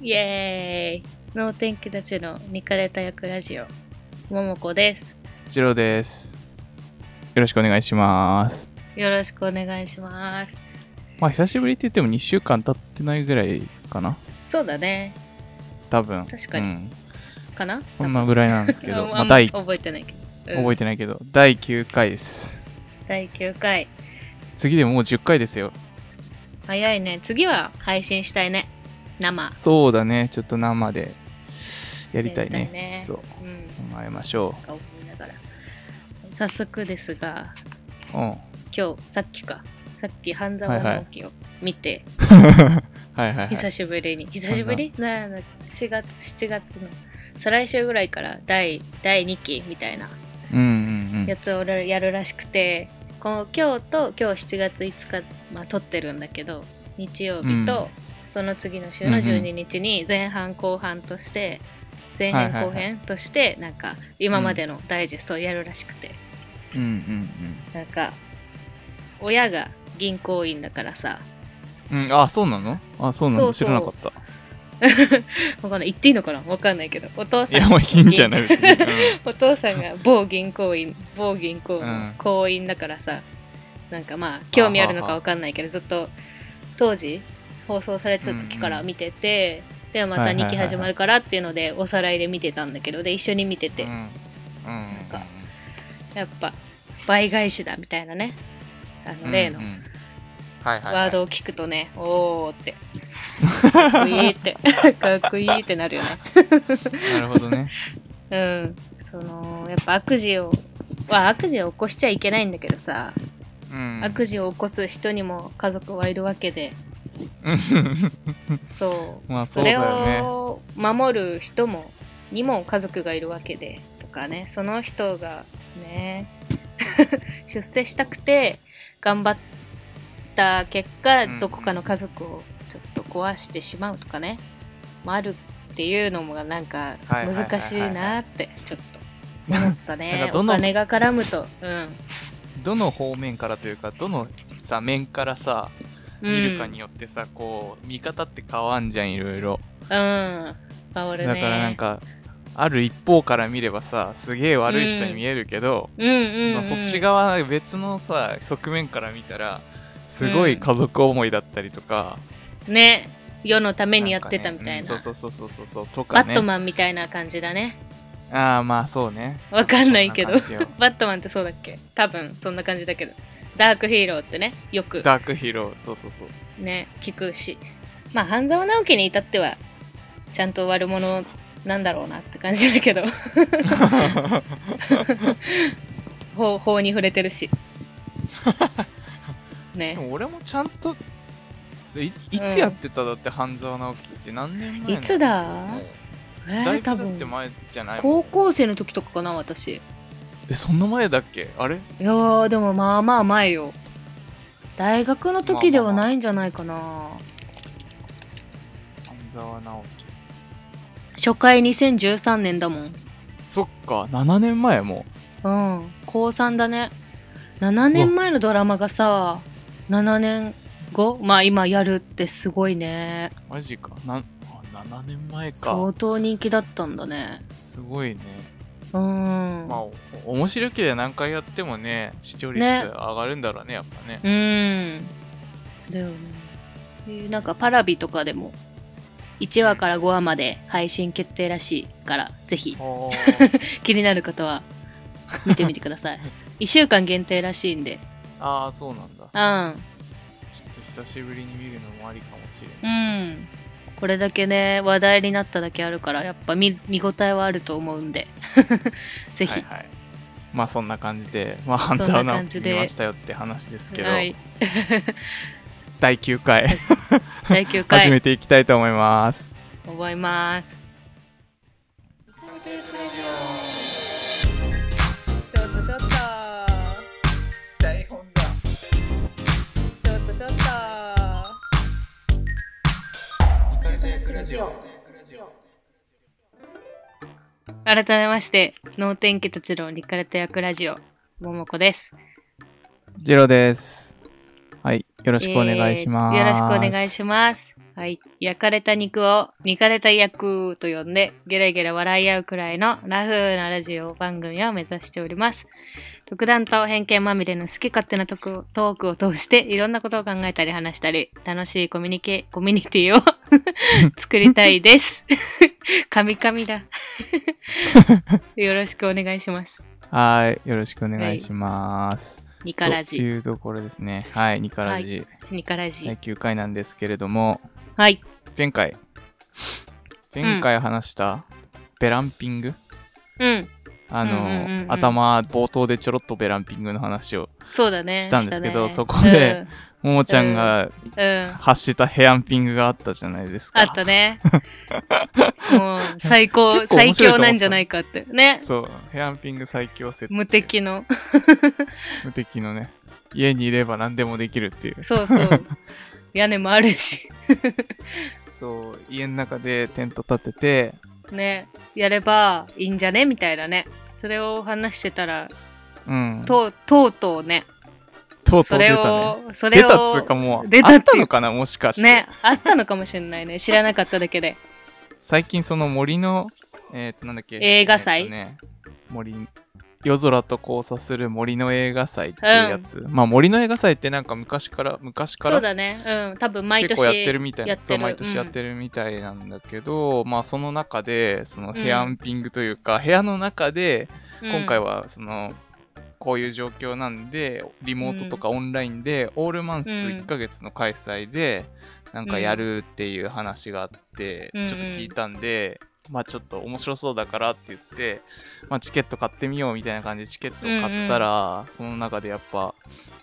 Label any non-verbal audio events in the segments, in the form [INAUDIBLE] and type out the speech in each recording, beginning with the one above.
イエーイ脳天気たちの見かれた役ラジオももこですジローです。よろしくお願いします。よろしくお願いしますまあ、久しぶりって言っても2週間経ってないぐらいかな。そうだね多分。確かにうん。かなこんなぐらいなんです [LAUGHS] けど、んまあ、第、覚えてないけど、うん覚えてないけど、第9回です。第9回次でもう10回ですよ。早いね次は配信したいね生そうだね。ちょっと生でやりたいやりね。たいねそう。うん考えましょか思いながら早速ですが [LAUGHS] う。うん。今日さっきかさっき半沢直樹を見て、はいはいはい。久しぶりに久しぶりなな4月7月の再来週ぐらいから第第2期みたいなうんうんうやん。つをらやるらしくてこの今日と今日7月5日、まあ、撮ってるんだけど日曜日と、その次の週の12日に前半後半として前はいはい編はい後編としてなんか今までのダイジェストをやるらしくて、うんうんなんか親が銀行員だからさうん。うん、あ、そうなのあ、そうなのそうそう知らなかった。わかんない言っていいのかなわかんないけどお父さいんや、もういいんじゃない、別 [LAUGHS] にうんお父さんが某銀行員某銀行うんの行員だからさ、なんかまあ興味あるのかわかんないけどずっと当時放送されてた時から見てて、でまたはいはい2はいはい期始まるからっていうのでおさらいで見てたんだけどで一緒に見てて、うん。うんうんうんかやっぱ倍返しだみたいなねあの例のうんうんはいはいはい、ワードを聞くとね、おーってかっこいいって [LAUGHS] かっこいいってなるよねなるほ [LAUGHS] どね。うんそのやっぱ悪事をは悪事を起こしちゃいけないんだけどさうん。悪事を起こす人にも家族はいるわけでうんそう,、 [LAUGHS] まあそれそうだを守る人もにも家族がいるわけでとかねその人がね [LAUGHS] 出世したくて頑張った結果うんどこかの家族をちょっと壊してしまうとかね、もあるっていうのもなんかはいはいはいはい難しいなってちょっ [LAUGHS] と思ったなんねかおどの金が絡むと、うんどの方面からというかどのさ面からさ見るかによってさ、こう見方って変わんじゃんいろいろうん、変わだるかねらなんかある一方から見ればさすげえ悪い人に見えるけど、うんうん、うまあん、そっち側別のさ側面から見たらすごい家族思いだったりとか、ね世のためにやんっかてねたみたいなうんそうそうそうそうそうそうとかバねットマンみたいな感じだねああまあそうねわかんないけどそんな感じよバットマンってそうだっけ多分そんな感じだけどダークヒーローってねよく [LAUGHS] ダークヒーローそうそうそうね聞くしまあ半沢直樹に至ってはちゃんと悪者なんだろうなって感じだ [LAUGHS] けど法法に触れてる [LAUGHS] しでねも俺もちゃんといいつやってただって半沢直樹って何年前なんいつだもうえだー、いぶだ多って分前じゃないも高ん校生の時とかかな私いえそんな前だっけあれやーでもまあまあ前よ大学の時ではないんじゃないかな、半沢直樹初回2013年だもんそっか7年前もうん高3だね7年前のドラマがさ7年後まあ今やるってすごいねうマジかなんあ7年前か相当人気だったんだねすごいねうん、まあお面白ければ何回やってもね視聴率ね上がるんだろうねやっぱ [LAUGHS] ねうんだよねえーなんかパラビとかでも1話から5話まで配信決定らしいからぜひおー気になる方は見てみてくださ [LAUGHS] い1週間限定らしいんでああそうなんだちょうんっと久しぶりに見るのもありかもしれなういん。これだけね、話題になっただけあるから、やっぱ見見応えはあると思うんで、 [LAUGHS] ぜひ。はいはい、まあそんな感じで、まあ、半そ沢直樹んな感じで見ましたよって話ですけど、はい。第9回第9始回、めていきたいと思います。覚えます。ちょっとちょっと、台本だちょっとちょっと。改めまして、脳天気たちのリカルト役ラジオ、ももこです。ジロです。はい、よろしくお願いします。えーよろしくお願いまします。はい。焼かれた肉を、煮かれた役と呼んで、ゲラゲラ笑い合うくらいのラフなラジオ番組を目指しております。独断と偏見まみれの好き勝手なトクトークを通して、いろんなことを考えたり話したり、楽しいコミュニケ、コミュニテ [LAUGHS] ィを作りたいです。カミカミ [LAUGHS] だ。よろしくお願いします。はい。よろしくお願いします。ニカラとジ。いうところですね。はい。ニカラジ、ニカラジ第。9回なんですけれども、はい。前回、前回話したベランピング、うん。あの、うんうんうんうん頭、冒頭でちょろっとベランピングの話を、そうだね。したんですけしたどねそこで、ももちゃんがうん。うん発したヘアンピングがあったじゃないですか。あった [LAUGHS] ね。もう最高、最結構面白いと思った強なんじゃないかって。ね。そう、ヘアンピング最強説。無。敵の。無敵のね、家にいれば何でもできるっていう。そう [LAUGHS] そう。屋根もあるし。そう、家の中でテント立てて、ね。やればいいんじゃねみたいなね。それを話してたら、うん。ととう、とうとうね。うとそう出れたね。を、そ出れたっつうかを、もう、出たあっってたいうのかなもしかして。ね。あったのかもしれないね。知らなかっただけで。最近その森の、えっ、と、なんだっけ。映画祭えーとね、森、夜空と交差する森の映画祭っていうやつ。まあ森の映画祭ってなんか昔から、昔からそうだね。うん。多分毎結年。構やってるみたいやなってるそう毎年やってるみたいなんだけど、まあその中でそのヘアンピングというか、部屋の中でうん今回はその、こういう状況なんでリモートとかオンラインで、オールマンうスん1ヶ月の開催でなんかやるっていう話があって、うんちょっと聞いたんで。まあちょっと面白そうだからって言って、まあ、チケット買ってみようみたいな感じでチケットを買ったら、その中でやっぱ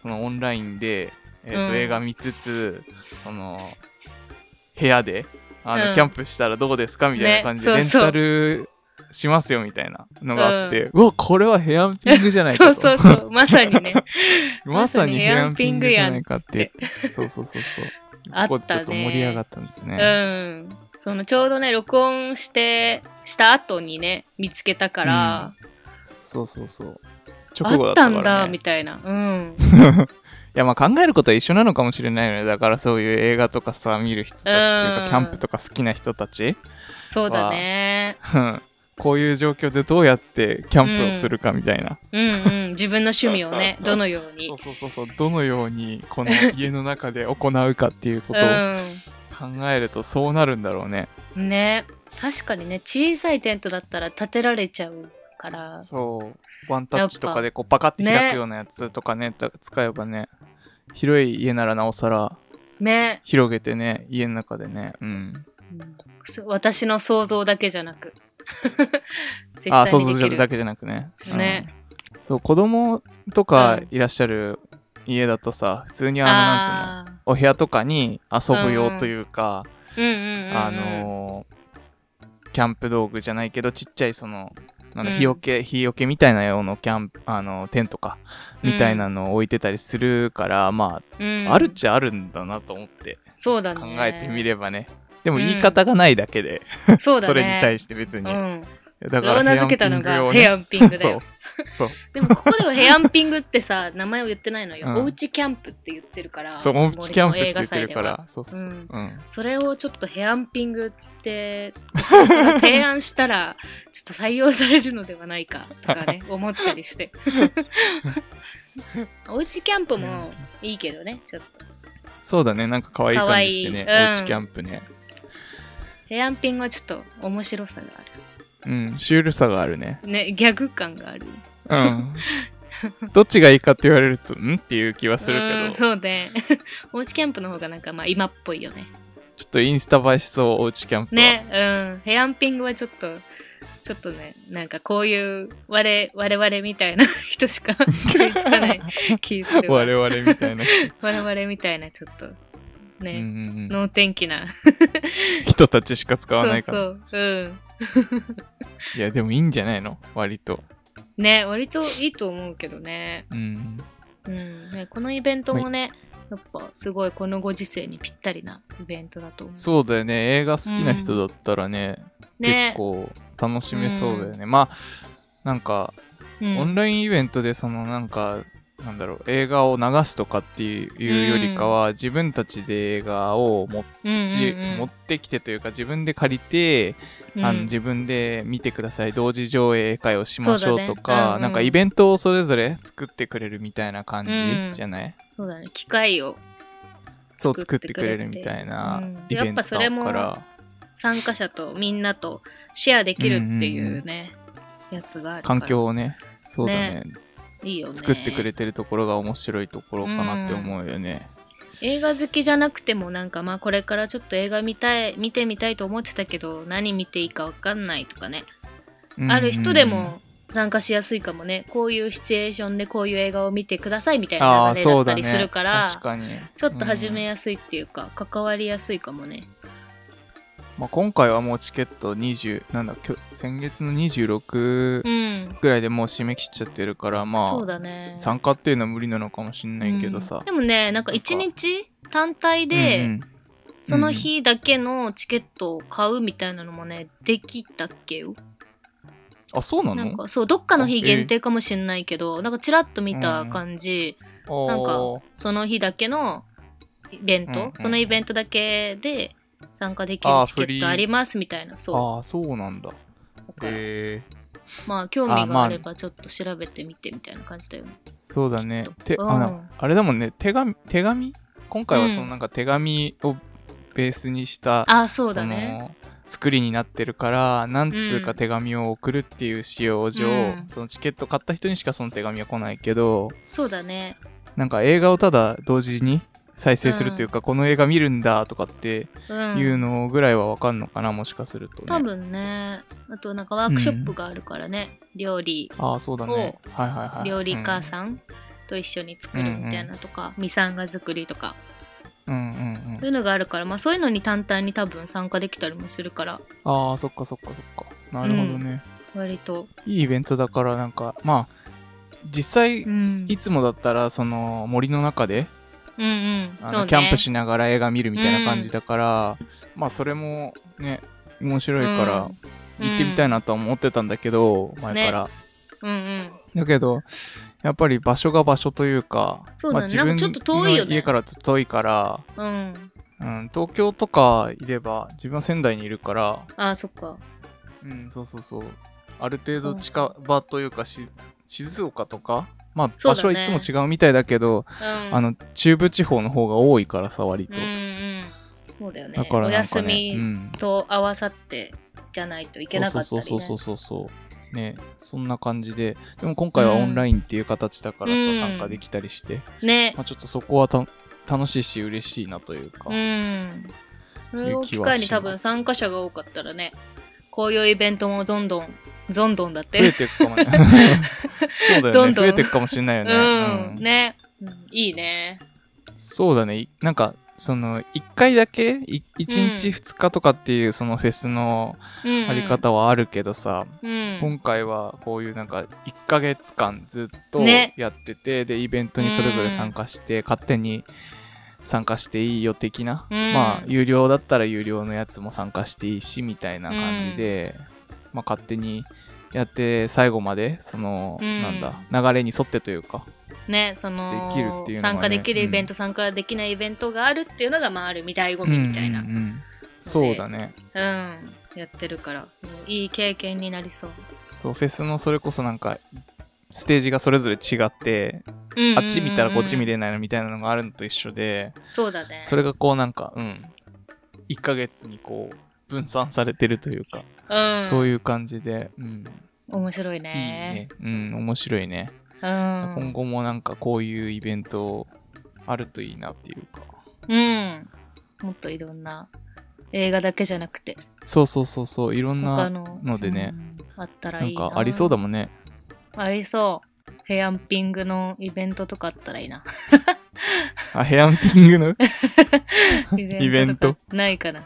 そのオンラインで、えーとうん映画見つつその部屋であの、うんキャンプしたらどうですかみたいなね感じで、そうそうレンタルしますよみたいなのがあって、うわこれはヘアンピングじゃないかそ [LAUGHS] とうそうそう。まさにね。まさにヘアンピングじゃないかってまそうそうそうそうあったねここちょっと盛り上がったんですね、うん、そのちょうどね録音してした後にね見つけたから、そうそうそう直後あっだったたんから、だねみ、たいな、うん、いやまあ考えることは一緒なのかもしれないよねだからそういう映画とかさ見る人たちといううかんキャンプとか好きな人たち [LAUGHS] そうだねうんこういう状況でどうやってキャンプをするかみたいな、うんうん自分の趣味を [LAUGHS] ねどのようにそうそうそうそうどのようにこの家の中で行うかっていうことをう考えるとそうなるんだろうね、んね確かにね小さいテントだったら建てられちゃうからそうワンタッチとかでこうパカって開くようなやつとかねと使えばね広い家ならなおさらね広げてね家の中でねうんうんそ私の想像だけじゃなく [LAUGHS] 実あ際想に像できるだけじゃなくねうんねそう子供とかうんいらっしゃる家だとさ普通にあのなんつうのあお部屋とかに遊ぶ用というか、ーうんうんうんうんあのーキャンプ道具じゃないけどちっちゃいそのなんだうん日よけ、日よけみたいな用のキャンプあのテントかうんみたいなのを置いてたりするから、まあ、うんあるっちゃあるんだなと思ってそうだね考えてみればねでもうん言い方がないだけで、そうだねそれに対して別に、うんだそれを名付けたのがヘアンアンピングだそよう。そうでもここではヘアンピングってさ、名前を言ってないのよ。うんおうちキャンプって言ってるから。そうおうちキャンプって言っ森ての映画祭るでかは。らそうそうそう、うんうんそれをちょっとヘアンピングって提案したら、ちょっと採用されるのではないかと [LAUGHS] かね、思ったりして。おうちキャンプもいいけどね、ちょっと。そうだねなんか可愛い感じしてね可愛いうんおうちキャンプねヘアンピングはちょっと面白さがあうんシュールさがあるねる。ね、ギャグ感がある。うん。 [LAUGHS] どっちがいいかって言われると、んっていう気はするうんけど、そうね。 [LAUGHS] おうちキャンプの方がなんかまあ今っぽいよね。ちょっとインスタ映えしそう、おうちキャンプは。ね、うん。ヘアンピングはちょっと、ちょっとね、なんかこういう我、我々みたいな [LAUGHS] 人しか食いつか [LAUGHS] ない気するわ。我々みたいな人、我々みたいなちょっと、うんうね、んうん能天気な。人たちしか使わないかそうら。そう。うん。いや、でもいいんじゃないの割と。ね、割といいと思うけどね。うん。うん。ね、このイベントもね、やっぱすごいこのご時世にぴったりなイベントだと思う。そうだよね。映画好きな人だったらね、ね結、構楽しめそうだよね。まあ、なんか、うんオンラインイベントで、そのなんか、なんだろう映画を流すとかっていうよりかは、自分たちで映画を持っうんち持ってきてというか自分で借りて、あの分自分で見てください同時上映会をしましょそううだねとうかんうんなんかイベントをそれぞれ作ってくれるみたいな感じうんじゃない、そうだね機械をそう作ってくれるみたいなうんイベントだやっかぱら、参加者とみんなとシェアできるっていうね、やつがあるから環境をねそうだねいいよね作ってくれてるところが面白いところかなって思うよね、映画好きじゃなくてもなんかまあこれからちょっと映画見たい見てみたいと思ってたけど何見ていいかわかんないとかね、うんある人でも参加しやすいかもねこういうシチュエーションでこういう映画を見てくださいみたいあなあ流れだそっうただりねするから確かにちょっと始うんめやすいっていうか、関わりやすいかもねまあ、今回はもうチケット20なんだきょ先月の26うんぐらいでもう締め切っちゃってるからまそうあだね参加っていうのは無理なのかもしんないけどさ、でもねなんか1日単体で、うんうんその日だけのチケットを買うみたいなのもねできたっけよあそうななのんかそうどっかの日限定かもしんないけど、なんかちらっと見た感じ、あーなんかその日だけのイベント、うんうんうんそのイベントだけで参加できるあーチケットありますみたいなそああそうなんだうだから、へえまあ興味あーまがああればちょっと調べてみてみたいな感じだよねそうだねてうんあなあれだもんね手紙手紙今回はそのうんなんか手紙をベースにした、あーそうだねその作りになってるから何通か手紙を送るっていう仕様上、うんそのチケット買った人にしかその手紙は来ないけどそうだねなんか映画をただ同時に再生するというか、この映画見るんだとかってうんいうのぐらいはわかんのかなもしかするとね多分ねあとなんかワークショップがあるからね、料理ああそうだねはいはいはい料理家さんと一緒に作るみたいなとか、ミサンガ作りとかうん、うんうんうんそういうのがあるから、まあ、そういうのに単体に多分参加できたりもするからああそっかそっかそっかなるほどね、割と、いいイベントだからなんかまあ実際、うん、いつもだったらその森の中でうんうんそあうのねキャンプしながら映画見るみたいな感じだから、まあそれもね面白いかうらん行ってみたいなとは思ってたんだけど、前から、うんうんだけどやっぱり場所が場所というかそうまだあ、ね自分なんかちょっと遠いよのね家からちょっと遠いから、うんうん、東京とかいれば自分は仙台にいるから、ああそっかうん、そうそうそうある程度近場というかし静岡とかまあそう場だ所ねはいつも違うみたいだけどうんあの中部地方の方が多いからさ割うと、んうんそうだよねだからおなんか休ね、うみん、と合わさってじゃないといけなかったり、ね、そうそうそうそうそうそうねそんな感じででも今回はオンラインっていう形だからさ、うん参加できたりして、ねまあ、ちょっとそこはた楽しいし嬉しいなというか、うんこれを機いう気は会しまにす多分参加者が多かったらねこういうイベントもどんどんどんどんだっ増てえていくかもね [LAUGHS] そうだよねどんどん増えていくかもしれないよね,うん、うんね、うんいいねそうだねいなんかその1回だけ1日2日とかっていうそのフェスのうんあり方はあるけどさ、うん今回はこういうなんか1ヶ月間ずっとねやってて、でイベントにそれぞれ参加して、勝手に参加していいよ的な、うんまあ有料だったら有料のやつも参加していいしみたいな感じで、まあ、勝手にやって最後までその、うんなんだ流れに沿ってというかねそのできるっていうのがね参加できるイベント、参加できないイベントがあるっていうのが、まあ、あるみ醍醐味みたいな、ううんんうんうんそうだねやってるからもういい経験になりそう、そうフェスのそれこそなんかステージがそれぞれ違って、うんうんうんうんあっち見たらこっち見れないのみたいなのがあるのと一緒で、そうだねそれがこうなんか、うん、1ヶ月にこう分散されてるというか、うん、そうういう感じで、うん、面白いいいね、ねうん、面白いね、うん今後もなんかこういうイベントあるといいなっていうか、うんもっといろんな映画だけじゃなくてそうそうそうそう、いろん他なののでね、うんあったらないんいなかありそうだもんね。ありそうヘアンピングのイベントとかあったら [LAUGHS] いいなあ、ヘアンピング [LAUGHS] のイベイベンとトかないかな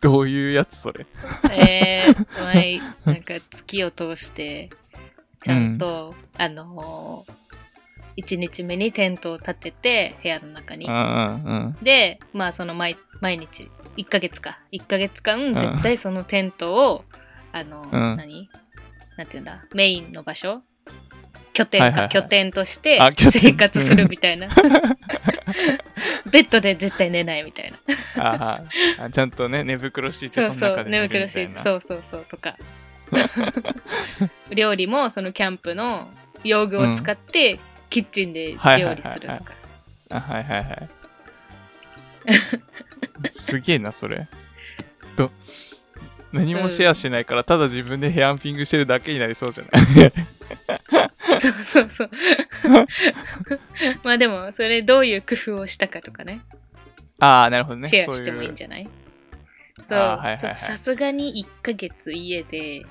どういうやつそれ。えー、前、なんか月を通して、ちゃんと、あのー、1日目にテントを立てて、部屋の中にうん。うんで、まあその毎毎日、1ヶ月か、1ヶ月間、絶対そのテントを、あのー、うん何なんていうんだ、メインの場所拠点か、はいはいはい拠点としてあ拠点生活するみたいな [LAUGHS] ベッドで絶対寝ないみたいなあはいあちゃんとね寝袋敷いてそそうそのう中寝で寝る袋みた敷いいてなそうそうそうとか [LAUGHS] 料理もそのキャンプの用具を使ってキッチンで料理するはいはいはいとかあはいはいはい [LAUGHS] すげえなそれど何もシェアしないから、ただ自分でヘアンピングしてるだけになりそうじゃな [LAUGHS] いそうそうそうまあでもそれどういう工夫をしたかとかね [LAUGHS] ああなるほどねシェアしてもいいんじゃゃないそうあーはいはいはいちょっとさすがに1ヶ月家で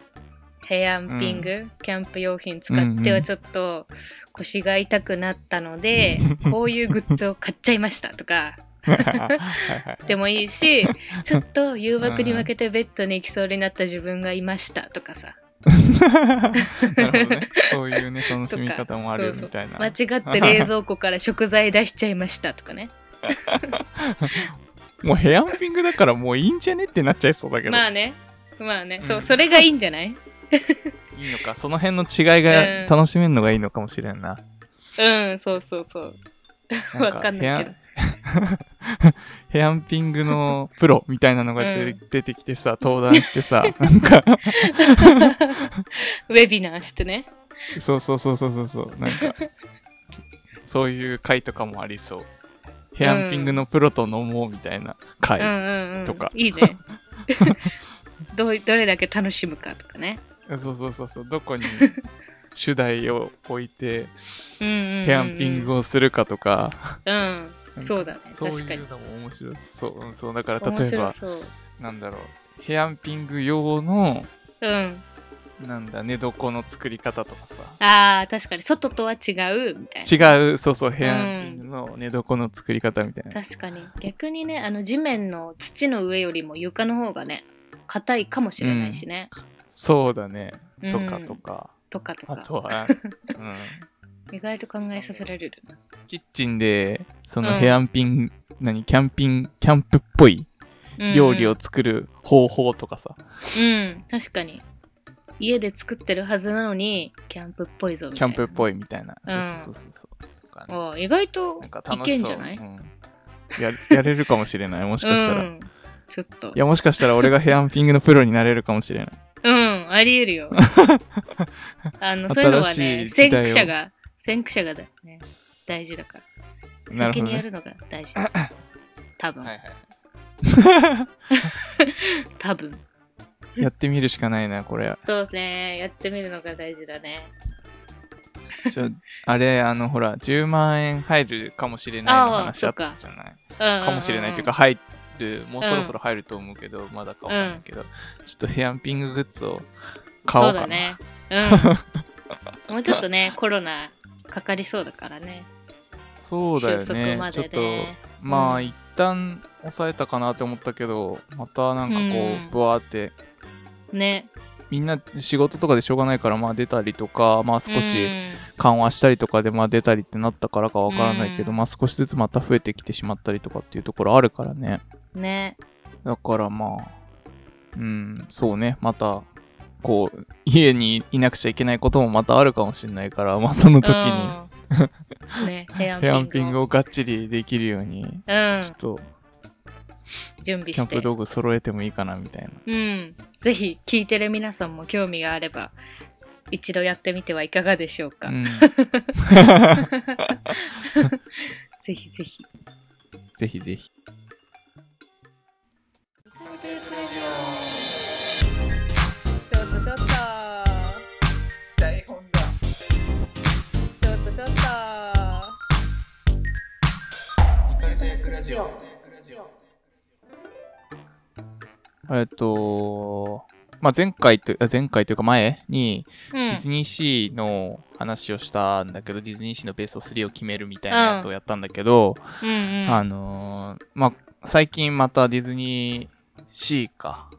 ヘアンピング、キャンプ用品使ってうんうはんちょっと腰が痛くなったの [LAUGHS] で、こういうグッズを買っちゃいましたとかないはいはい [LAUGHS] でもいいしちょっと誘惑に負けてベッドに行きそうになった自分がいましたとかさなるほどね。そういうね、楽しみ方もあるよとかみたいな。間違って冷蔵庫から食材出しちゃいましたとか [LAUGHS] ねもうヘアンピングだからもういいんじゃねってなっちゃいそうだけど。まあねまあね、そううんそれがいいんじゃないいいのか、その辺の違いがうん楽しめるのがいいのかもしれんな。うんそうそうそうなわかんないけどヘアヘアンピングのプロみたいなのが出うて出てきてさ、登壇してさ、なんか、ウェビナーしてねそうそうそうそうそうそう、なんか、そういう回とかもありそう。ヘアンピングのプロと飲もうみたいな回。うんうんうんとかいい [LAUGHS] ねどうどれだけ楽しむかとかねそうそうそうそう、どこに主題を置いて、うんうん、うん、ヘアンピングをするかとか、うんなんかそうだねそう確かいにうのも面白いそううんそうだから面例え白ばそうなんだろうヘアンピング用のうんなんだ寝床の作り方とかさあー確かに外とは違うみたいな違うそうそうヘアンピングの寝床の作り方みたいな、確かに逆にねあの地面の土の上よりも床の方がね硬いかもしれないしね、そうだねうんとかとか、とかとあかと [LAUGHS] は、うん、意外と考えさせられるなキッチンでそのうんヘアンピング、何キャンピングキャンプっぽいうんうん料理を作る方法とかさ、うん確かに家で作ってるはずなのにキャンプっぽいぞみキたャいンなプっぽいみたいな、うんそうそうそうそうとかねあー意外となんかい楽しけんそうじゃないうん、ややれるかもしれないもしかしたら、ういん、ちょっとやもしかしたら俺がヘアンピングのプロになれるかもしれないうんありえる [LAUGHS] よあのそういうのはね新しい時先代を駆者が先駆者がだよね大事だからなる先ほにどやねるのが大 [LAUGHS] 事多分、はいはい多分やってみるしかないなこれそうですね。やってみるのが大事だね。ちょあれあのほら10万円入るかもしれないのああ話だっそたっかじゃないうんうんうんかもしれないというか。入るもうそろそろ入ると思うけど、まだかわかんないけど、ちょっとヘアンピンググッズを買おそううかだなね。うん。もうちょっとね、コロナかかりそうだからね。そうだよ収束ねまちょでっとね。まあ、う一旦抑えたかなって思ったけどまたなんかこうんうぶわーってね。みんな仕事とかでしょうがないから、まあ出たりとか、まあ少うしん緩和したりとかで、まあ出たりってなったからかわからないけど、うんまあ少しずつまた増えてきてしまったりとかっていうところあるからね。ね。だからまあ、うん、そうね、また、こう、家にいなくちゃいけないこともまたあるかもしれないから、 [LAUGHS] まあその時にうん。 [LAUGHS] ね、ヘアヘアンンピピンンググを。をがっちりできるように、うちょんっ。と準備キャしンてプ。道具揃えてもいいかなみたいな。うん。ぜひ、聞いてる皆さんも興味があれば、一度やってみてはいかがでしょうか。うん、ぜひぜひ。ぜひぜひ。ちょっとちょっと。台本だ。ちょっとちょっと。えっと、まあ、前回と、あ前回というか前に、うデんィ。ズニーシーの話をしたんだけど、ディズニーシーのベスト3を決めるみたいなやつをやったんだけど、うんうん。あのーまあ、最近またディズニーシーか、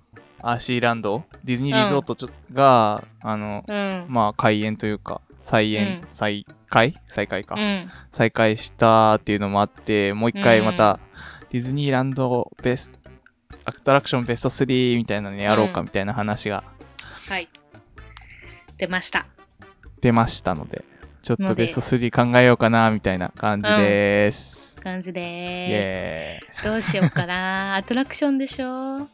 あシーランド、ディズニーリゾートちょ、が、あの、うん。まあ、開園というか、再演、うん再開再開か、うん。再開したっていうのもあって、もう一回また、ディズニーランドベスト、アトラクションベスト3みたいなのやろうかみたいな話がはい。出ました。出ましたので、ちょっのとでベスト3考えようかなみたいな感じです。感じイでエーイす。どうしようか [LAUGHS] な。アトラクションでしょ、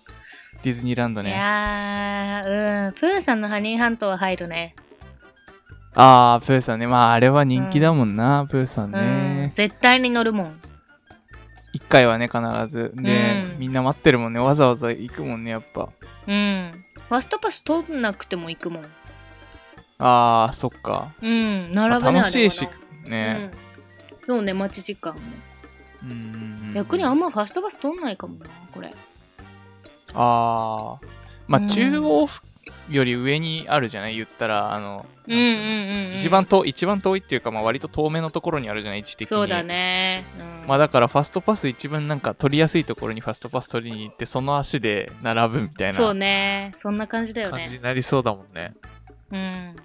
ディズニーランドいね。やー、うん。プーさんのハニーハントは入るね。あー、プーさんね。まあ、あれは人気だもんな、プーさんうん。ね。絶対に乗るもん。一回はね、必ず。で、うんみんな待ってるもんね。わざわざ行くもんね、やっぱ。うん。ファストパス通んなくても行くもん。あー、そっか。うん。まあ並ぶね、楽しいしあれは、なね。うん。そうね、待ち時間も。うんうんうん逆にあんまファストパス通んないかもな、これ。あー。まあ、うん中央付より上にあるじゃない言ったら、あの、うんうんうん、うん。一番遠一番遠いっていうか、まあ、割と遠めのところにあるじゃない位置的にそうだね。うん、まあだからファストパス一番なんか取りやすいところにファストパス取りに行ってその足で並ぶみたいなそうね。そんな感じだよ感じね。になりそうだもんね。うん。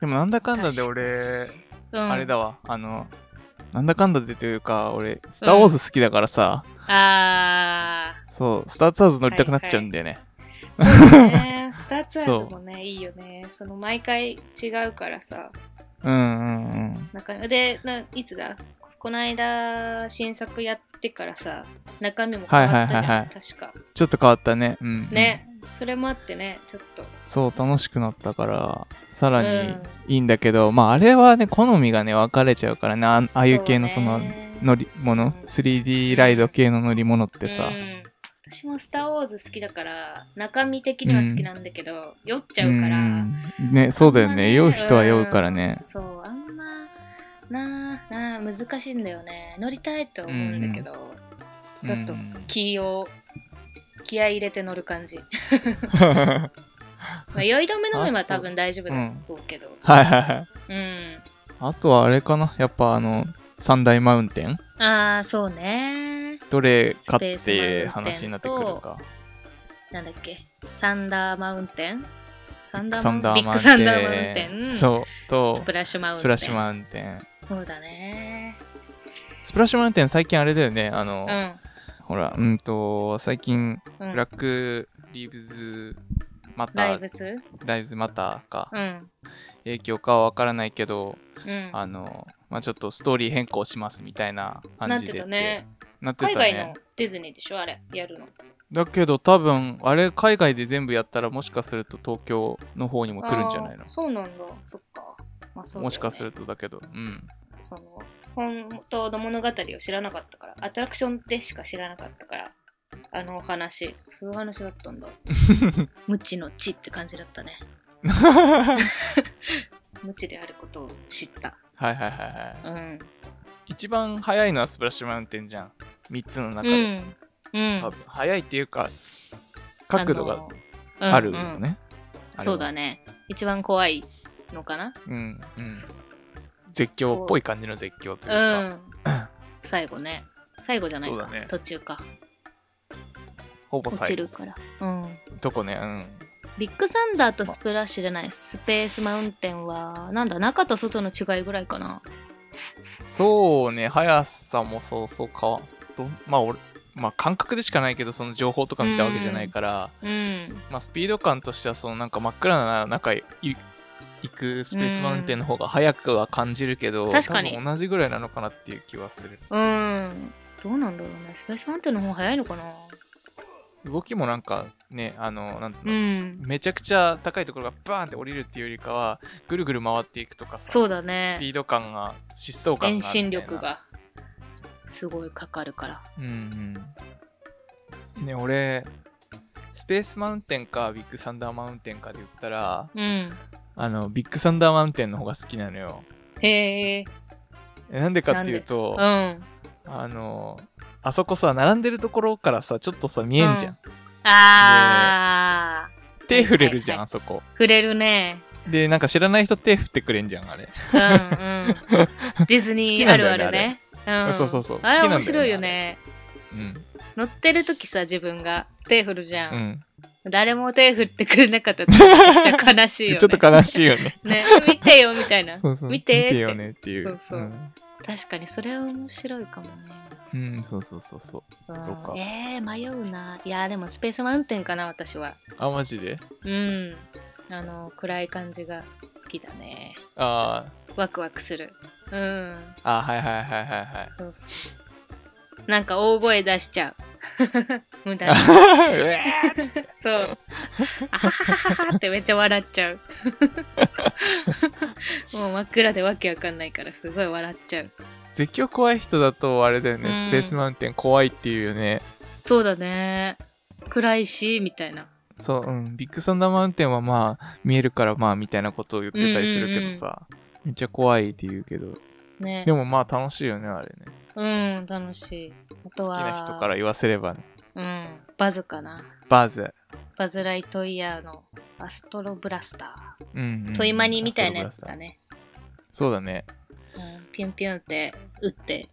でもなんだかんだで俺、うん、あれだわあのなんだかんだでというか俺「スター・ウォーズ」好きだからさ、あそう「スター・ツアーズ」乗りたくなっちゃうんだよね、ー。そう [LAUGHS] ね。スターツアーズそもね、いいよね。その毎回違うからさ。うんうんうん中身でないつだこの間新作やってからさ中身も変わったじゃん、はいはいはいはい確かちょっと変わったねうん、うんね、それもあってねちょっとそう楽しくなったからさらにうんいいんだけど、まああれはね好みがね分かれちゃうからねあああいう系のそうのね乗りうん物 3D ライド系の乗り物ってさ、うん私も「スター・ウォーズ」好きだから中身的には好きなんだけど、酔っちゃうから、うんねそうだよね酔う人は酔うからねうんそうあんまなあなあ難しいんだよね乗りたいと思うんだけど、ちょっとうん [LAUGHS] 気を気合い入れて乗る感じまあ酔い止め飲めば多分大丈夫だと思うけど、はいはいはいうんあとはあれかなやっぱあの三大マウンテンああそうねどれかっスてペいーうスマウンテンと話になってくるかなんだっけサンダーマウンテンサンダーサンマダウンビッーグマウンサンダーマウンテテンンそうとスプラッシュマウンテンスプラッシュマウンテンそうだねスプラッシュマウンテン最近あれだよねあうの、んほらうんと最近うんブラックリーブズマタライーブスライブズマターかうん影響かはわからないけどうんあのまあちょっとストーリー変更しますみたいななん感てじでってだねなってた海外ねのディズニーでしょあれやるのだけど多分あれ海外で全部やったらもしかすると東京の方にも来るんじゃないのあーそうなんだそっか、まあそうだよねもしかするとだけどうんその本当の物語を知らなかったからアトラクションでしか知らなかったからあのお話そういう話だったん [LAUGHS] だ無知の知って感じだったね無知であることを知ったはいはいはいはうんい一番早いのはスプラッシュマウンテンじゃん3つの中うで、んうん多分早いっていうか角度ががあるよね、あれはそうだね一番怖いのかなうんうん絶叫っぽい感じの絶叫といううか、ん最後ね最後じゃないそうか、だね途中かほぼ落ち最後るからうんどこねうんビッグサンダーとスプラッシュじゃないスペースマウンテンはなんだ中と外の違いぐらいかなそうね速さもそうそう変わどまあ俺まあ感覚でしかないけどその情報とか見たわけじゃないから、うんまあ、スピード感としてはそのなんか真っ暗な中い行くスペースマウンテンの方が早くは感じるけど、ん確かに多分同じぐらいなのかなっていう気はするうんどうなんだろうねスペースマウンテンの方が早いのかな動きもなんかねあのなんつううの、んめちゃくちゃ高いところがバーンって降りるっていうよりかはぐるぐる回っていくとかさそうだスピねード感が疾走感があ遠るみたい心な力がすごいかかるからうんうんね俺スペースマウンテンかビッグサンダーマウンテンかで言ったらうんあのビッグサンダーマウンテンの方が好きなのよへええなんでかっていうとうんあのあそこさ並んでるところからさちょっとさ見えんじゃん、あー手振れるじゃん、はあそこ触れるねでなんか知らない人手振ってくれんじゃんあれうんうんディズニーあるあるねうんそうそうそうあれ好きなんだよね面白いよねうん乗ってる時さ自分が手振るじゃん、うん誰も手振ってくれなかったらめっちゃ悲しいよでねちょっと悲しい [LAUGHS] よねね見てよみたいなそうそう見てってよねっていうそうそう確かにそれは面白いかもねうん、うんそうそうそうそうどうかうんえー、迷うないやでもスペースマウンテンかな私はあマジでうんあの暗い感じが好きだねあワクワクするうんーあーはいはいはいはいはいそうそうなんか大声出しちゃう [LAUGHS] 無駄に [LAUGHS] うえーっつってそう。あははははってめっちゃ笑っちゃう。 [LAUGHS] もう真っ暗でわけわかんないからすごい笑っちゃう。絶叫怖い人だとあれだよね、うんスペースマウンテン怖いっていうよねそうだね。暗いし、みたいな。そう、うん、ビッグサンダーマウンテンはまあ見えるからまあみたいなことを言ってたりするけどさ、めっちゃ怖いって言うけどねで。もまあ楽しいよねあれねうん、楽しい。あと好きは、な人から言わせればねうん、バズかな。バズ、バズ・ライトイヤーのアストロブラスター。うんうんトイマニみたいなやつだね。そうだねうん、ピュンピュンって打って、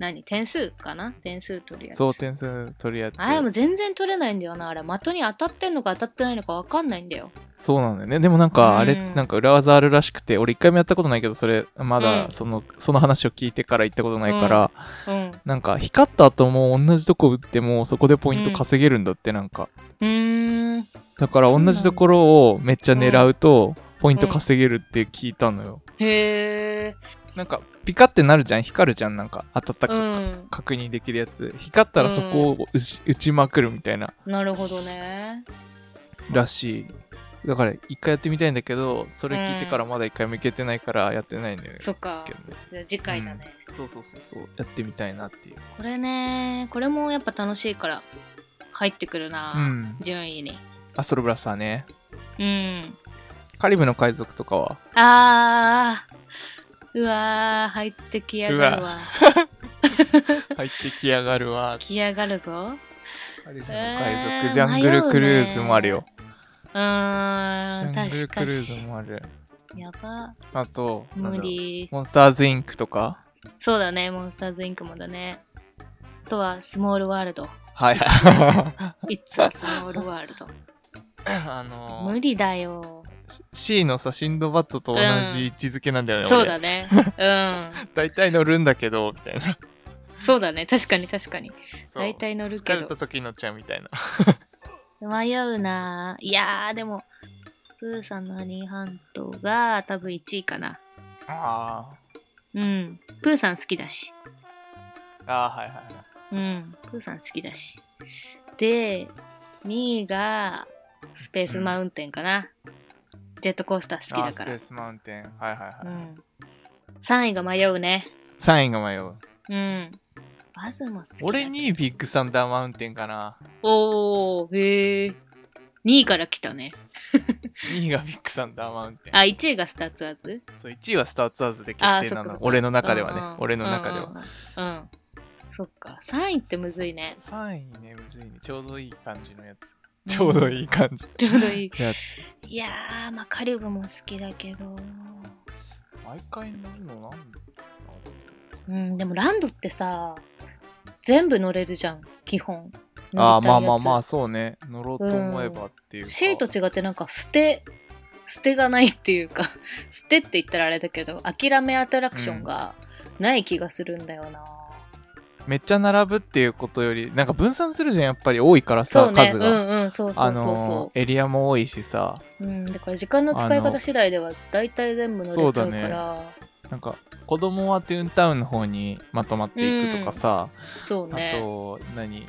何点数かな点数取るやつ。そう点数取るやつあれも全然取れないんだよな。あれ、的に当たってんのか当たってないのか分かんないんだよ。そうなんだよねでもなんかあれ、うんなんか裏技あるらしくて俺一回もやったことないけどそれまうだんその,、その話を聞いてから行ったことないから、うん。なんか光った後も同じとこ打ってもそこでポイント稼げるんだってなんか、うーん。だから同じところをめっちゃ狙うとポイント稼げるって聞いたのよ、へえ。なんかピカってなるじゃん光るじゃんなんか当たったうか、ん。確認できるやつ光ったらそこを打ち,、打ちまくるみたいななるほどね。らしいだから一回やってみたいんだけどそれ聞いてからまだ一回もいけてないからやってないんだよね、そっかけ。どねじゃあ次回だね。そうそうそうそうやってみたいなっていうこれね、これもやっぱ楽しいから入ってくるうな、ん順位に。アストロブラスターねうん。カリブの海賊とかはあー。うわー、入ってきやがるうわ。入ってきやがるわ来やがるぞ。カリブの海賊、えージャングルクルーズもあるようーん、ジャング確ルクルかーズに。もあるやば。あとなんだ無ろう理。モンスターズインクとかそうだね、モンスターズインクもだね。あとは、スモールワールド。はいはいいつ [LAUGHS] もスモールワールド。あの無理だよ。 C のさシンドバッドと同じ位置づけなんだよね、そう俺だね。う。大体乗るんだけどみたいなんそうだね。確かに確かに。そう大体乗るけ疲れたど。時に乗っちゃうみたいな迷うなぁいやーでも、プーさんのハニーハントが多分1位かな。あうん。プーさん好きだし。ーあーはいはいはいうん。プーさん好きだし。で、2位がスペースマウンテンかな。ジェットコースター好きあーだスペからー。スマウンテンはいはいはい、うん。3位が迷うね。 3位が迷ううん。バズも好きだけど。俺にビッグサンダーマウンテンかなおー、へー。2位から来たね。 2位がビッグサンダーマウンテンあ、1位がスターツアーズそう1位はスターツアーズで決あー、定そなっかそっのか。俺の中ではね、うんうん俺の中では、。うんうんうん。そっか。3位ってむずいね。 3位ねむずいねちょうどいい感じのやつちょうどい。いい感じちょうどいい。のやついやー、まあ、カリブも好きだけど。毎回乗るのなんだうん、でもランドってさ、全部乗れるじゃん、基本。ああまあまあまあ。あそうね乗ろうと思えばっていうか、 C と違ってなんか捨て、捨てがないっていうか、 [LAUGHS] 捨てって言ったらあれだけど、諦めアトラクションがない気がするんだよな。めっちゃ並ぶっていうことよりなんか分散するじゃんやっぱり多いからさ、そうね、数うが、んうん、そうそあうそうそう。のーエリアも多いしさうん、だから時間の使いあ方の次第では大体全部乗れちゃうかそうらなんか子供はトゥーンタウンの方にまとまっていくとかさ、そうあねと何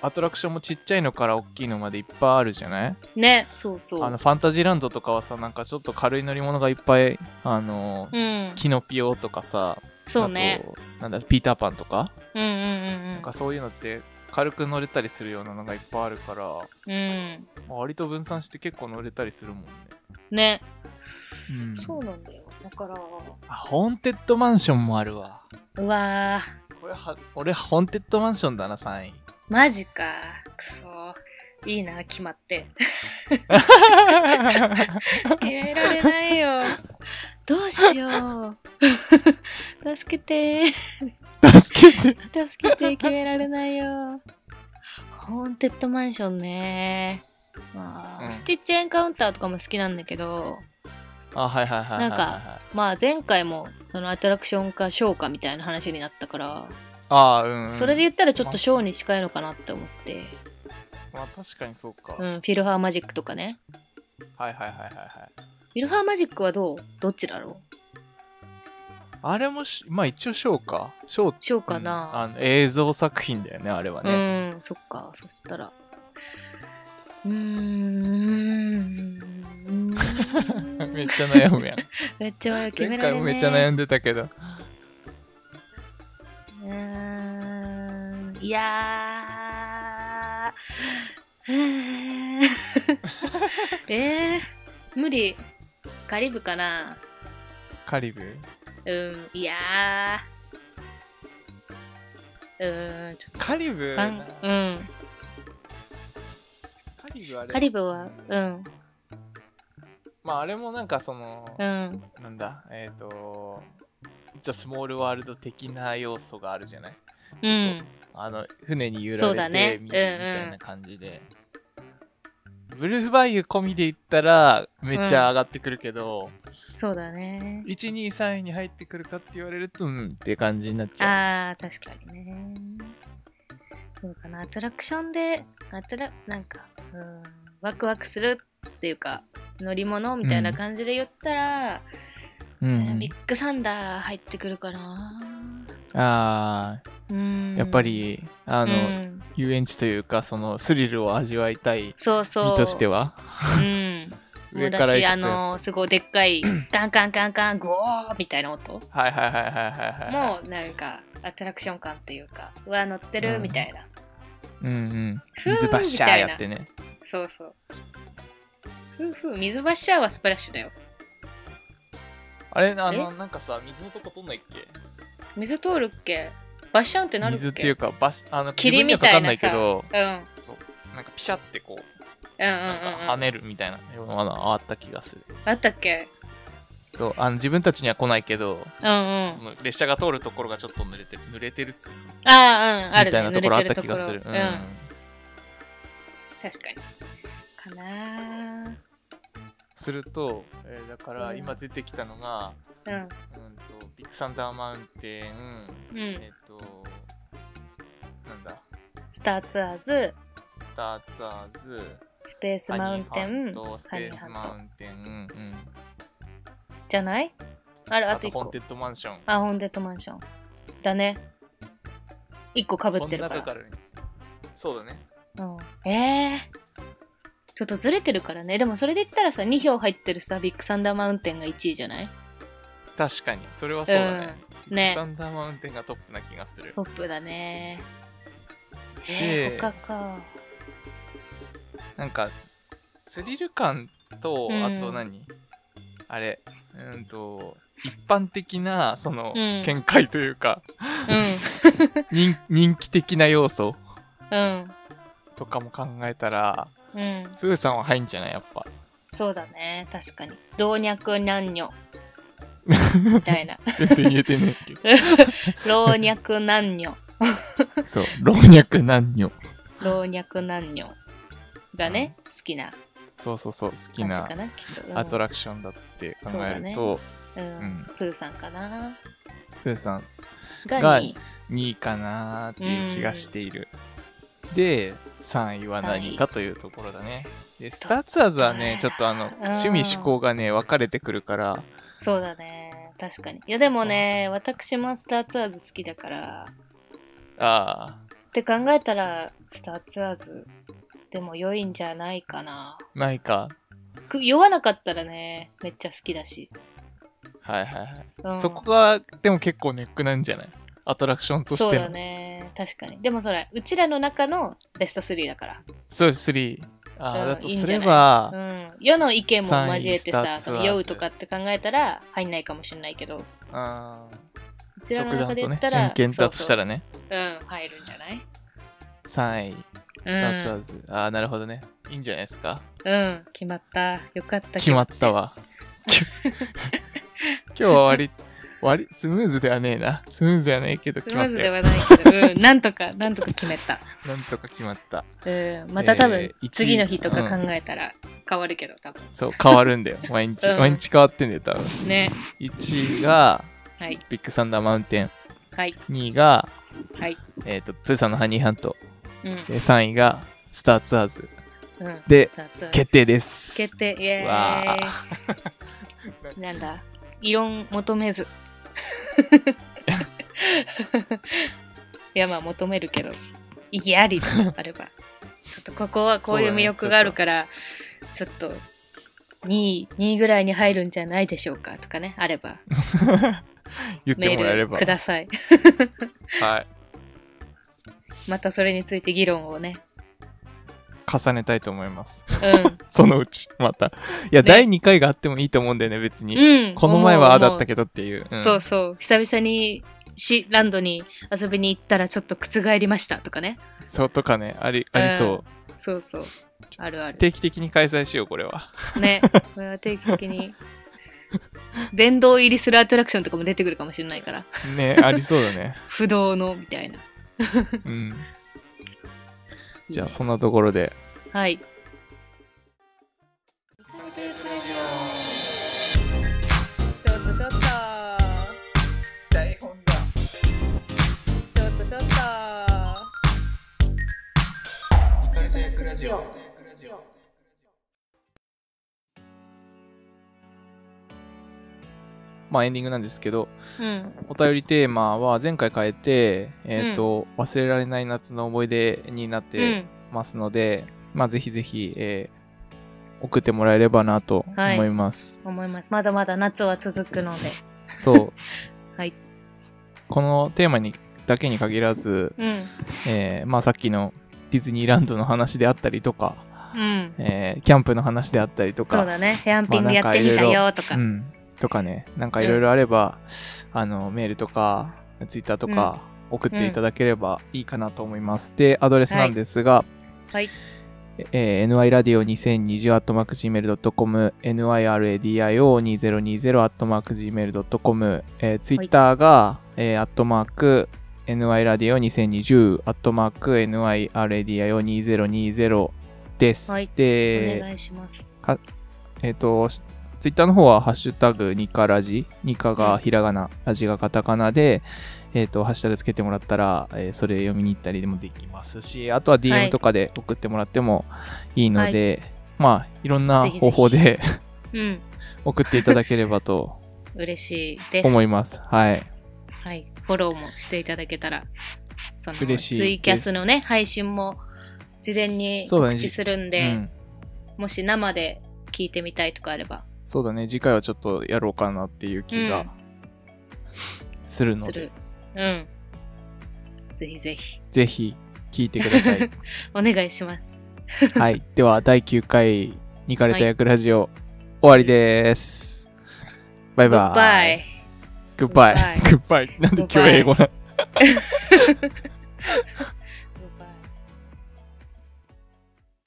アトラクションもちっちゃいのから大きいのまでいっぱいあるじゃないねそうそうあのファンタジーランドとかはさなんかちょっと軽い乗り物がいっぱいあのーうんキノピオとかさそうねあとなんだピーターパンとかうんうんなんかそういうのって軽く乗れたりするようなのがいっぱいあるから、うんうんまあ割と分散して結構乗れたりするもんね。うんねうんそうなんだよだからうあホーンテッドマンションもあるわ。わこれは俺ホーンテッドマンションだな3位。 [LAUGHS] ーマジかくそいいな決まって [LAUGHS] 決められないよどうしよう [LAUGHS] 助けて助けて。助けて決められない [LAUGHS] よホーンテッドマンションね、まあうんスティッチエンカウンターとかも好きなんだけどあはいはいはいはいはい、はい。なんかまあ前回もそのアトラクションかショーかみたいな話になったから、あーうん、うん。それで言ったらちょっとショーに近いのかなって思って、まあ確かにそうか。うん、フィルハーマジックとかねはいはいはいはいはいイルハーマジックはどうどっちだろうあれもしまあ一応ショーかショーしようかな。うんあの映像作品だよねあれはうね、ん、そっか。そしたら。うーん。 [LAUGHS] めっちゃ悩むやんめっちゃ迷う [LAUGHS] 決めら前れ回ねもめっちゃ悩んでたけどうーんいやーうーん [LAUGHS] えー、無理カリブかなカリブうんいやーうーんちょっカリブとかんうんカリブあれカリブはうんまああれもなんかその、うんなんだえっ、ー、とじゃスモールワールド的な要素があるじゃないうんあの船に揺そらうだねれてうんうんみ,、みたいな感じでブルーバイユ込みで言ったらめっちゃ上がってくるけど、そうだね123位に入ってくるかって言われるとうんって感じになっちゃうあー確かにねそうかなアトラクションでアトラなんかうんワクワクするっていうか乗り物みたいな感じで言ったら、うんえービッグサンダー入ってくるかなあうんーやっぱり、ああの、遊園地というかそのスリルを味わいたいそうそう身としては、はうん、もう [LAUGHS] 上だからし行あくとのすごいでっかい [CLEARS THROAT] カンカンカンカンゴーみたいな音はいはいはいはいはいはいもうなんかアトラクション感っていうかうわ乗ってる、うんみたいなうんうんふー水バッシャーやってねそうそう。ふうふう、水バッシャーはスプラッシュだよ。あれあのなんかさ水のとこ取んないっけ水通るっけバッシャーンってなるっけ水っていうかバシあの霧みたいなさ自分にはかかんないうん。うんけどそうなんかピシャってこううんうん、うなんんか跳ねるみたいなようなのがあった気がするあったっけそうあの自分たちには来ないけどうんうん。その列車が通るところがちょっと濡れてる濡れてるっつうああ、うん、あみるたねいなところあ濡っれてた気がするとこうんろうん、確かに。かなーすると、えーだから今出てきたのが、うん。うんとビッグサンダーマウンテン、うんえっ、と、なんだ、スターツアーズ、スターツアーズ、スペースマウンテハニーハンン、ト、スペハニーースハントマウンテン、うん、じゃないある、ああとと一ホーン個テ。ッドマンション。あ、ホーンデッドマンション。だね。一個かぶこっのてるか中ら。からね、そうだね。うん、ええちょっとずれてるからねでもそれで言ったらさ2票入ってるさビッグサンダーマウンテンが1位じゃない確かに、それはそうだね。うんビッねグサンダーマウンテンがトップな気がする。トップだねえでー、他かなんか、スリル感と、うんあと何、あれ、うんと、一般的な、その、うん見解というか、う人人気的な要素んとかも考えたらうんうんプーさんは入んじゃないやっぱそうだね確かに老若男女みたい [LAUGHS] な全然言えてないけ [LAUGHS] ど老若男女そう老若男女老若男女がね、好きなそうそうそう好き感じなかなきっと、うんアトラクションだって考そうだえるねと、うんうんプーさんかなプーさんがが2位2位かなーっていう気がしている、で3位は何かというところだねでスターツアーズはねちょっとあのん趣味趣向がね分かれてくるからそうだね確かにいやでもね私もスターツアーズ好きだからあって考えたらスターツアーズでも良いんじゃないかなーないかく酔わなかったらねめっちゃ好きだし、はいはいはい、うん、そこがでも結構ネックなんじゃないアトラクションとしてそもうだね確かにでもそれうちらの中のベスト3だかそう、3。あーうんだといいんすじゃれないば、ら、うん、世の意見も三位交えてスターさツそアーズの酔うとかって考えたら入んないかもしれないけどうあちーらの中独断でと言ねっ、たら偏見だとしたららね、うん入るんじゃない3位、スターツアうんーズ。ああ、なるほどね。いいんじゃないですか。うん決まったよかった決まっ [LAUGHS] たわ。きゅ今日は割り、割り、スムーズではねえな。スムーズではねえけどス決ムーまっズたでよ。はないけど、うん、なんとか、なんとか決めた。なんとか決まった。うん、また多分、えー一位次の日とか考えたら変わるけど、多分。そう、変わるんだ [LAUGHS] よ。毎日、うん毎日変わってんだよ、多分。ね。 1位が、はい、ビッグサンダーマウンテン。はい、 2位が、はい。えっ、と、プーさんのハニーハント。うん、で3位が、スターツアーズ。うん、で、夏は決定です。決定イエわーイなんだ異論求め [LAUGHS] ずいやまあ求めるけど意義ありであればちょっとここはこういう魅力があるから、ちょっと2位2位ぐらいに入るんじゃないでしょうかとかねあれば言ってメもらえーれルば。ください [LAUGHS] はい。またそれについて議論 [LAUGHS] をね重ねたいと思います。 [LAUGHS] うそのうち、また。いねや、第2回があってもいいと思うんだよね、別に。ん、うん、この前はああだったけけどっていう。うんそうそう久々にシランドに遊びに行ったらちょっと覆りましたとかねそうとかね、ありありそう。そうそう。あるある。定期的に開催しよう、これは。ね。これは定期的に。殿堂入りするアトラクションとかも出てくるかもしれないから。ね、ありそうだ [LAUGHS] ね。不動のみたいな。うん。じゃあ、いいねそんなところで。はい。ちょっとちょっと。台本だ。ちょっとちょっと。イカれた役ラジオ。まあエンディングなんですけど、うん。お便りテーマは前回変えて、えっ、と、忘れられない夏の思い出になっうてん。ますので、まあぜひぜひ、えー送ってもらえればなとはい思い [LAUGHS] ます。思います。まだまだ夏は続くので。そう。はい。このテーマにだけに限らず、うん。えーまあさっきのディズニーランドの話であったりとか、うん。えーキャンプの話であったりとそうか、だね。ヘアンピングやってみたよとか。うん、とかね、なんかいろいろあれば、あの、メールとか、ツイッターとか、送っていただければいいかなと思います。で、アドレスなんですが、はい。えー nyradio2020.gmail.com、niradio2020.gmail.com、えー、ツイッターが、えー、アットマーク、nyradio2020、アットマーク、niradio2020 です。はいおで、願いします。えっ、と、しツイッターの方は、ハッシュタグ、ニカラジ、ニカがひらがな、ラジがカタカナで、えっ、と、ハッシュタグつけてもらったら、えーそれ読みに行ったりでもできますし、あとはは DM いとかで送ってもらってもいいので、まあ、いろんなぜひぜ方ひ法で [LAUGHS] うん。送っていただければと嬉しい [LAUGHS] です。思います。はい。はい、フォローもしていただけたら、その嬉しいですツイキャスのね、配信も事前にそうだ告ね知するんうで、ん。もし生で聞いてみたいとかあれば、そうだね、次回はちょっとやろうかなっていう気うがんするのすで、る。うん。ぜひぜひ、ぜひ聞いてください。お願いします。はい。では、第9回、ニカれた役ラジオ、終わりです。バイバイ。グッバイ。グッバイ。なんで今日英語な